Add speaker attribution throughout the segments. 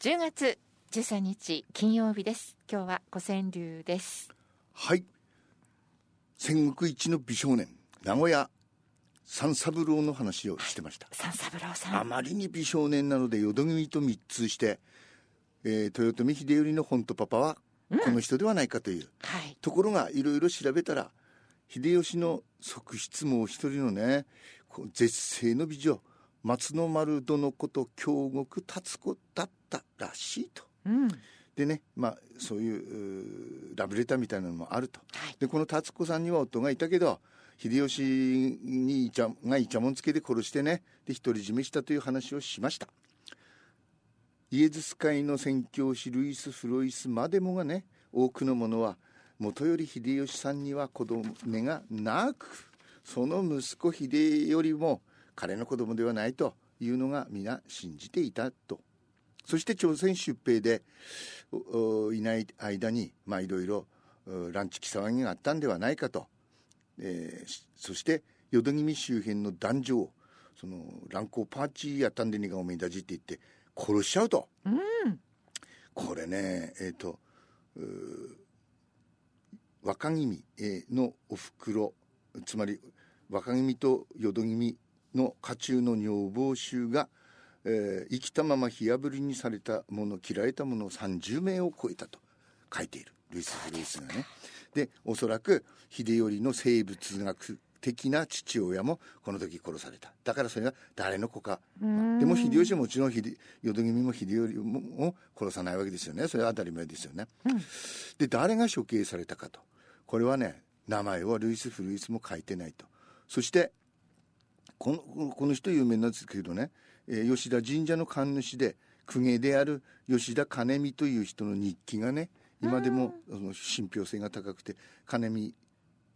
Speaker 1: 10月13日金曜日です今日は古川流です
Speaker 2: はい戦国一の美少年名古屋三三郎の話をしてました
Speaker 1: 三三郎さ
Speaker 2: あ
Speaker 1: ん
Speaker 2: まりに美少年なので淀組と密通して、えー豊臣秀頼の本とパパはこの人ではないかという、
Speaker 1: はい
Speaker 2: ところがいろいろ調べたら秀吉の側室も一人のねこう絶世の美女松の丸殿こと京極達子だったらしいと。
Speaker 1: うんはい
Speaker 2: でね、まあ、そういううーラブレターみたいなのもあると。でこの達子さんには夫がいたけど秀吉にいちゃがいちゃもんつけで殺してねで独り占めしたという話をしましたイエズス会の宣教師ルイス・フロイスまでもがね多くの者は元より秀吉さんには子供がなくその息子秀よりも彼の子供ではないというのが皆信じていたとそして朝鮮出兵でおおいない間にまあいろいろうランチキ騒ぎがあったんではないかと、えーしそして淀君周辺の男女をその乱行パーチーやったんでにがおめえだじって言って殺しちゃうと、これねえっ、とうー若君、えーのおふくろつまり若君と淀君の家中の女房衆が、えー生きたまま火あぶりにされたもの切られたもの30名を超えたと書いているルイス・フルイスがね。でおそらく秀頼の生物学的な父親もこの時殺されただからそれが誰の子か、まあでも秀吉はもちろん秀淀君も秀頼もも殺さないわけですよねそれは当たり前ですよね。で誰が処刑されたかとこれはね名前はルイス・フルイスも書いてないとそしてこのこの人有名なんですけどね、えー吉田神社の神主で公家である吉田兼美という人の日記がね今でもその信憑性が高くて金見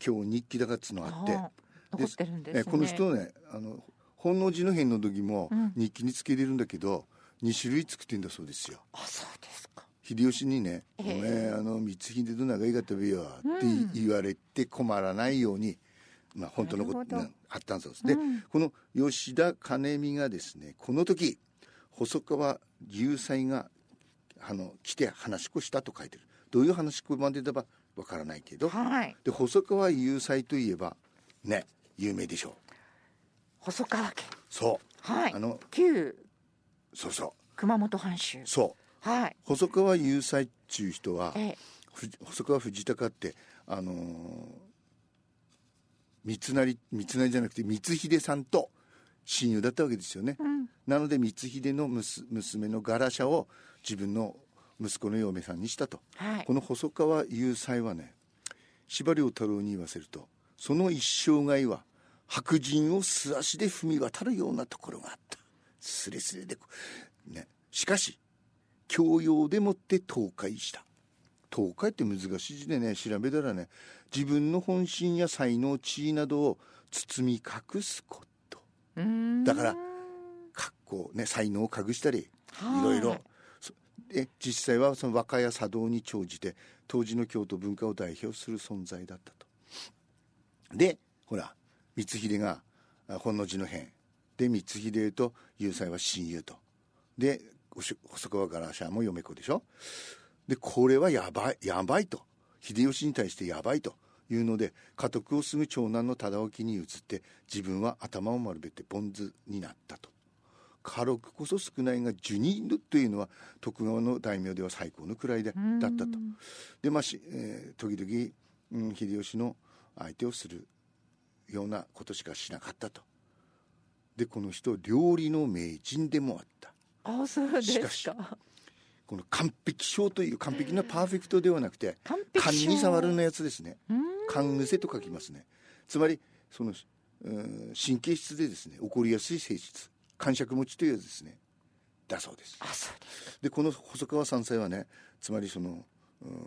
Speaker 2: 今日日記だかっつうのがあって
Speaker 1: あー残ってるんですね
Speaker 2: えーこの人ねあの本能寺の変の時も日記につけれるんだけど、二2種類作ってんだそうですよ。
Speaker 1: あそうですか
Speaker 2: 秀吉にね「
Speaker 1: え
Speaker 2: お
Speaker 1: え
Speaker 2: 前あの光秀と長いかったべよ」って言われて困らないように、まあ本当のこと
Speaker 1: なるほど
Speaker 2: があったんですで、この吉田兼美がですねこの時細川雄斎があの来て話し子したと書いてるどういう話し子までだばわからないけど
Speaker 1: はい
Speaker 2: で細川雄斎といえばね有名でしょう
Speaker 1: 細川家
Speaker 2: そう
Speaker 1: はい
Speaker 2: あの
Speaker 1: 旧
Speaker 2: そうそ
Speaker 1: 熊本藩州
Speaker 2: うそう
Speaker 1: はい
Speaker 2: 細川雄斎っちゅう人は、
Speaker 1: ええ
Speaker 2: ふじ細川藤孝ってあのー三成三成じゃなくて光秀さんと親友だったわけですよね、なので光秀の娘娘のガラシャを自分の息子の嫁さんにしたと、
Speaker 1: はい
Speaker 2: この細川雄斎はね司馬遼太郎に言わせるとその一生涯は白人を素足で踏み渡るようなところがあったすれすれでこねしかし教養でもって倒壊した倒壊って難しい字でね調べたらね自分の本心や才能地位などを包み隠すこと
Speaker 1: うーん
Speaker 2: だから格好ね才能を隠したり
Speaker 1: はい
Speaker 2: いろいろそで実際はその和歌や茶道に長じて当時の京都文化を代表する存在だったと。でほら光秀があ本能寺の変で光秀と雄斎は親友とでおし細川ガラシャも嫁子でしょでこれはやばいやばいと秀吉に対してやばいというので家督を継ぐ長男の忠興に移って自分は頭を丸めてポン酢になったと家禄こそ少ないが受任というのは徳川の大名では最高の位でだったとでまあし、えー時々、うん、秀吉の相手をするようなことしかしなかったとでこの人料理の名人でもあった
Speaker 1: あそうで
Speaker 2: しか
Speaker 1: す
Speaker 2: し
Speaker 1: か
Speaker 2: この完璧症という完璧なパーフェクトではなくて
Speaker 1: 完璧症
Speaker 2: 勘に触るのやつですね勘癖と書きますねつまりそのうーん神経質でですね起こりやすい性質感触持ちというやつですねだそうです
Speaker 1: あそうです
Speaker 2: でこの細川山菜はねつまりそのうーん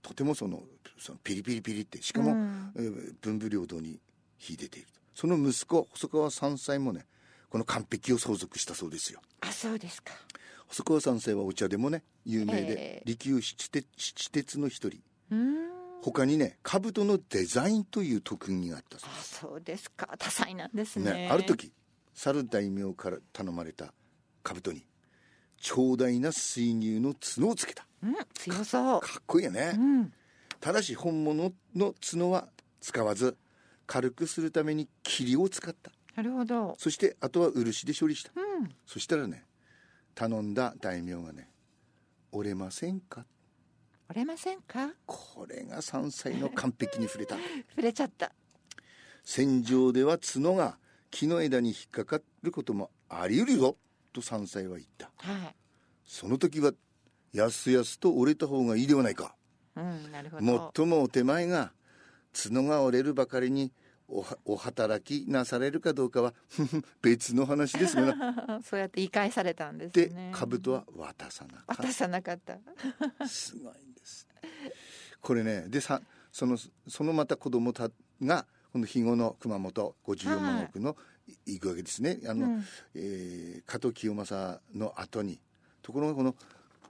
Speaker 2: とてもそのそのピリピリピリってしかも、えー文武両道に秀でているとその息子細川山菜もねこの完璧を相続したそうですよ
Speaker 1: あそうですか
Speaker 2: 細川三世はお茶でもね有名
Speaker 1: ええ
Speaker 2: で、利休七鉄七鉄の一人
Speaker 1: うーん
Speaker 2: 他にね兜のデザインという特技があったそ
Speaker 1: あ
Speaker 2: うで
Speaker 1: そうですか多彩なんです
Speaker 2: す
Speaker 1: ね
Speaker 2: ねある時猿大名から頼まれた兜に長大な水牛の角をつけた
Speaker 1: うん、強そう。
Speaker 2: かっこいいよね、
Speaker 1: うん、
Speaker 2: ただし本物の角は使わず軽くするために霧を使った
Speaker 1: なるほど。
Speaker 2: そしてあとは漆で処理した
Speaker 1: うん、
Speaker 2: そしたらね頼んだ大名がね「折れませんか?
Speaker 1: 折れませんか。」
Speaker 2: これが山菜の完璧に触れた
Speaker 1: 触れちゃった。
Speaker 2: 戦場では角が木の枝に引っかかることもあり得るよと山菜は言った
Speaker 1: はい。
Speaker 2: その時はやすやすと折れた方がいいではないか
Speaker 1: うん、なるほ
Speaker 2: もっ
Speaker 1: ど。
Speaker 2: ともお手前が角が折れるばかりにおはお働きなされるかどうかは ふふ別の話ですがな
Speaker 1: そうやって言い返されたんです
Speaker 2: で
Speaker 1: ね。
Speaker 2: 兜は渡さなかっ
Speaker 1: 渡さなかった。
Speaker 2: たすごいんですこれねでさそのそのまた子供たがこの肥後の熊本54万石のい行くわけですねあ
Speaker 1: う
Speaker 2: の、
Speaker 1: ん、
Speaker 2: えー加藤清正の後にところがこの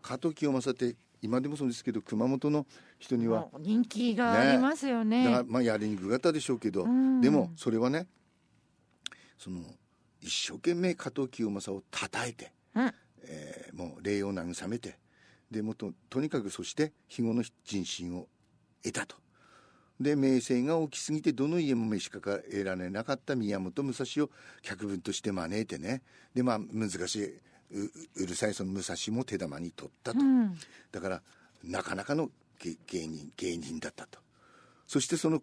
Speaker 2: 加藤清正って今でもそうですけど熊本の人には
Speaker 1: もう人気がありますよ
Speaker 2: だ
Speaker 1: ね。
Speaker 2: からまあやりにくかったでしょうけど、
Speaker 1: うん
Speaker 2: でもそれはねその一生懸命加藤清正を叩いて、
Speaker 1: うん
Speaker 2: えーもう礼を慰めてでもととにかくそして肥後の人心を得たと。で名声が大きすぎてどの家も召し抱えられなかった宮本武蔵を客分として招いてねでまあ難しいううるさいその武蔵も手玉に取ったと
Speaker 1: う。ん、
Speaker 2: だからなかなかの芸芸人芸人だったとそしてその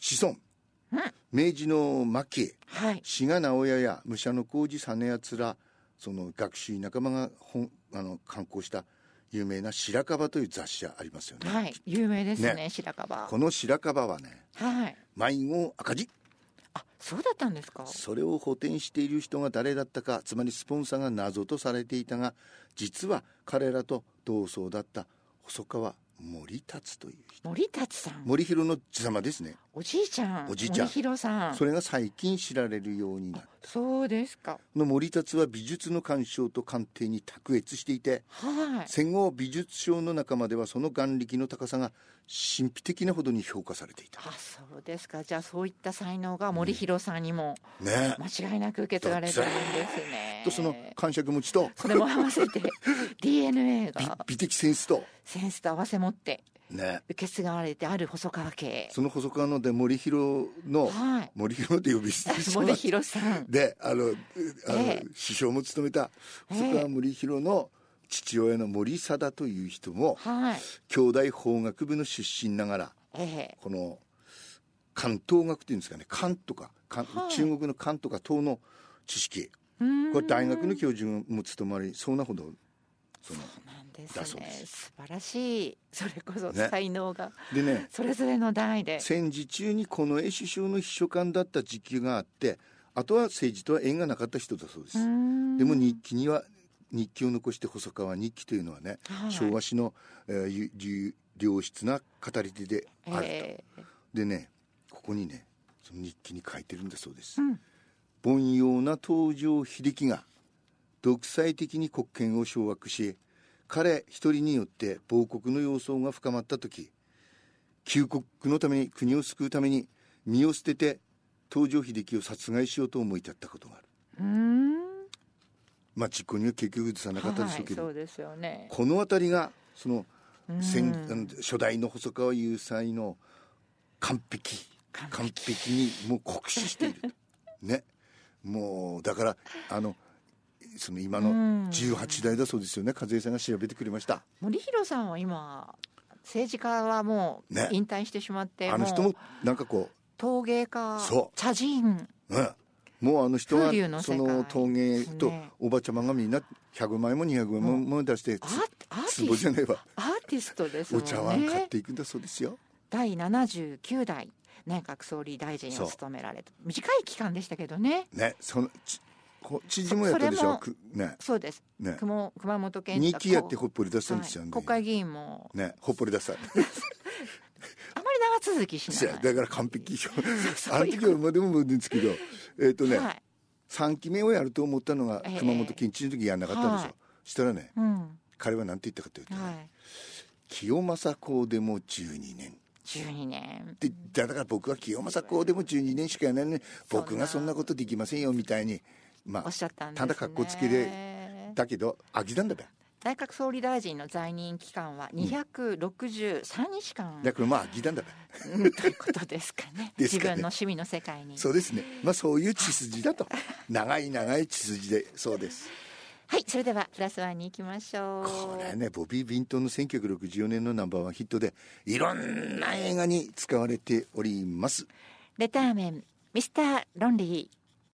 Speaker 2: 子孫、明治の末期
Speaker 1: はい。
Speaker 2: 志賀直哉や武者の工事実奴らその学習仲間が本あの刊行した有名な「白樺」という雑誌ありますよね、
Speaker 1: はい、有名ですね、
Speaker 2: ね
Speaker 1: 白樺。
Speaker 2: この白樺はね
Speaker 1: はい。
Speaker 2: 迷子赤字
Speaker 1: あ、そうだったんですか。
Speaker 2: それを補填している人が誰だったかつまりスポンサーが謎とされていたが実は彼らと同窓だった細川森達という人
Speaker 1: 森達さん、
Speaker 2: 森弘の爺様ですね、
Speaker 1: おじいちゃん、
Speaker 2: おじいちゃん
Speaker 1: 森弘さん。
Speaker 2: それが最近知られるようになる
Speaker 1: そうですか。
Speaker 2: この森達は美術の鑑賞と鑑定に卓越していて
Speaker 1: はい。
Speaker 2: 戦後美術賞の仲間ではその眼力の高さが神秘的なほどに評価されていた
Speaker 1: あ、そうですか。じゃあそういった才能が森弘さんにも
Speaker 2: ねえ
Speaker 1: 間違いなく受け継がれてるんですね。
Speaker 2: とその感触持ちと
Speaker 1: それも合わせ て DNA
Speaker 2: 美
Speaker 1: が
Speaker 2: 美的センスと
Speaker 1: センスと合わせ持って
Speaker 2: ね
Speaker 1: 受け継がれてある細川家
Speaker 2: え。その細川ので森弘の
Speaker 1: はい。
Speaker 2: 森弘って呼び捨てしま
Speaker 1: 森
Speaker 2: す
Speaker 1: 弘さん。
Speaker 2: であのうあの、
Speaker 1: ええ
Speaker 2: 首相も務めた細川森弘の父親の森貞という人も、
Speaker 1: はい。
Speaker 2: 京大法学部の出身ながら
Speaker 1: ええ。
Speaker 2: この関東学っていうんですかね関とか関
Speaker 1: はい
Speaker 2: 中国の関とか東の知識
Speaker 1: うーん
Speaker 2: これ大学の教授も務まりそうなほどその
Speaker 1: そうなんで
Speaker 2: だ
Speaker 1: す
Speaker 2: そう
Speaker 1: ね
Speaker 2: で
Speaker 1: 素晴らしいそれこそ
Speaker 2: ね
Speaker 1: 才能が
Speaker 2: でね
Speaker 1: それぞれの代で、
Speaker 2: 戦時中にこの絵首相の秘書官だった時期があってあとは政治とは縁がなかった人だそうで
Speaker 1: うー
Speaker 2: す
Speaker 1: ん
Speaker 2: でも日記には日記を残して細川日記というのはね
Speaker 1: はい
Speaker 2: 昭和史の、えーゆゆ良質な語り手であると、
Speaker 1: ええ
Speaker 2: でねここにねその日記に書いてるんだそうです、
Speaker 1: うん
Speaker 2: 凡庸な東条英機が独裁的に国権を掌握し彼一人によって亡国の様相が深まった時旧国のために国を救うために身を捨てて東条英機を殺害しようと思い立ったことがある
Speaker 1: うーん
Speaker 2: まあ実行には結局移さなかったでしょうけど、
Speaker 1: はい、そうですよね。
Speaker 2: この辺りがその
Speaker 1: うん
Speaker 2: 戦あの初代の細川雄才の完璧
Speaker 1: 完
Speaker 2: 完璧にもう酷使しているねもうだからあのその今の
Speaker 1: うん
Speaker 2: 18代だそうですよね和江さんが調べてくれました
Speaker 1: 森弘さんは今政治家はもう
Speaker 2: ね
Speaker 1: 引退してしまって、
Speaker 2: あの人
Speaker 1: う
Speaker 2: もなんかこ
Speaker 1: 陶芸家
Speaker 2: そう
Speaker 1: 茶人
Speaker 2: う、うん、もうあの人は
Speaker 1: 風流の世
Speaker 2: そ
Speaker 1: 界
Speaker 2: の陶芸と
Speaker 1: ね
Speaker 2: おばちゃまがみんな100枚も200枚も
Speaker 1: うん
Speaker 2: も出して
Speaker 1: ア
Speaker 2: つ
Speaker 1: ーアーテ
Speaker 2: 壺
Speaker 1: ィ
Speaker 2: じ
Speaker 1: ス
Speaker 2: ゃないわ
Speaker 1: アーティストですも
Speaker 2: お
Speaker 1: ん
Speaker 2: 茶碗買っ
Speaker 1: ね。
Speaker 2: ていくんだそうですよ
Speaker 1: 第79代内閣総理大臣
Speaker 2: そ
Speaker 1: を
Speaker 2: う
Speaker 1: 務められた短い期間でしたけどね。
Speaker 2: ねそのちこ知事もやったでし
Speaker 1: それ
Speaker 2: ょ
Speaker 1: も
Speaker 2: くね
Speaker 1: そうです。
Speaker 2: ね
Speaker 1: 熊熊本県
Speaker 2: 2期やって
Speaker 1: こ
Speaker 2: ほっぽり出したんですよ、
Speaker 1: は
Speaker 2: ね
Speaker 1: い国会議員も
Speaker 2: ねほっぽり出した
Speaker 1: あまり長続きし
Speaker 2: そう
Speaker 1: な
Speaker 2: や
Speaker 1: い。
Speaker 2: だから完 璧よ
Speaker 1: そう
Speaker 2: あの時は今でも思うんですけどえっ、とね、
Speaker 1: はい。
Speaker 2: 3期目をやると思ったのが
Speaker 1: ええ
Speaker 2: 熊本県知事の時やんなかったんですよ、
Speaker 1: はい
Speaker 2: したらね
Speaker 1: うん。
Speaker 2: 彼は何て言ったかというと、ね
Speaker 1: はい。
Speaker 2: 清正公でも12年
Speaker 1: 12年。
Speaker 2: でだから僕は清正公でも12年しかやらないのに僕がそんなことできませんよみたいにま
Speaker 1: お
Speaker 2: あ
Speaker 1: っしゃったんです、
Speaker 2: た
Speaker 1: ね、
Speaker 2: だ格好つけでだけど飽きたんだべ
Speaker 1: 内閣総理大臣の在任期間は263日間、
Speaker 2: だからまあ飽きたんだべ
Speaker 1: うんということですかね
Speaker 2: です
Speaker 1: 自
Speaker 2: かね
Speaker 1: 分の趣味の世界に
Speaker 2: そうですねまあそういう血筋 だと長い長い血筋でそうです
Speaker 1: はいそれではプラスワンに行きましょう
Speaker 2: これねボビー・ビントンの1964年のナンバーワンヒットでいろんな映画に使われております
Speaker 1: レターメンミスター・ロンリー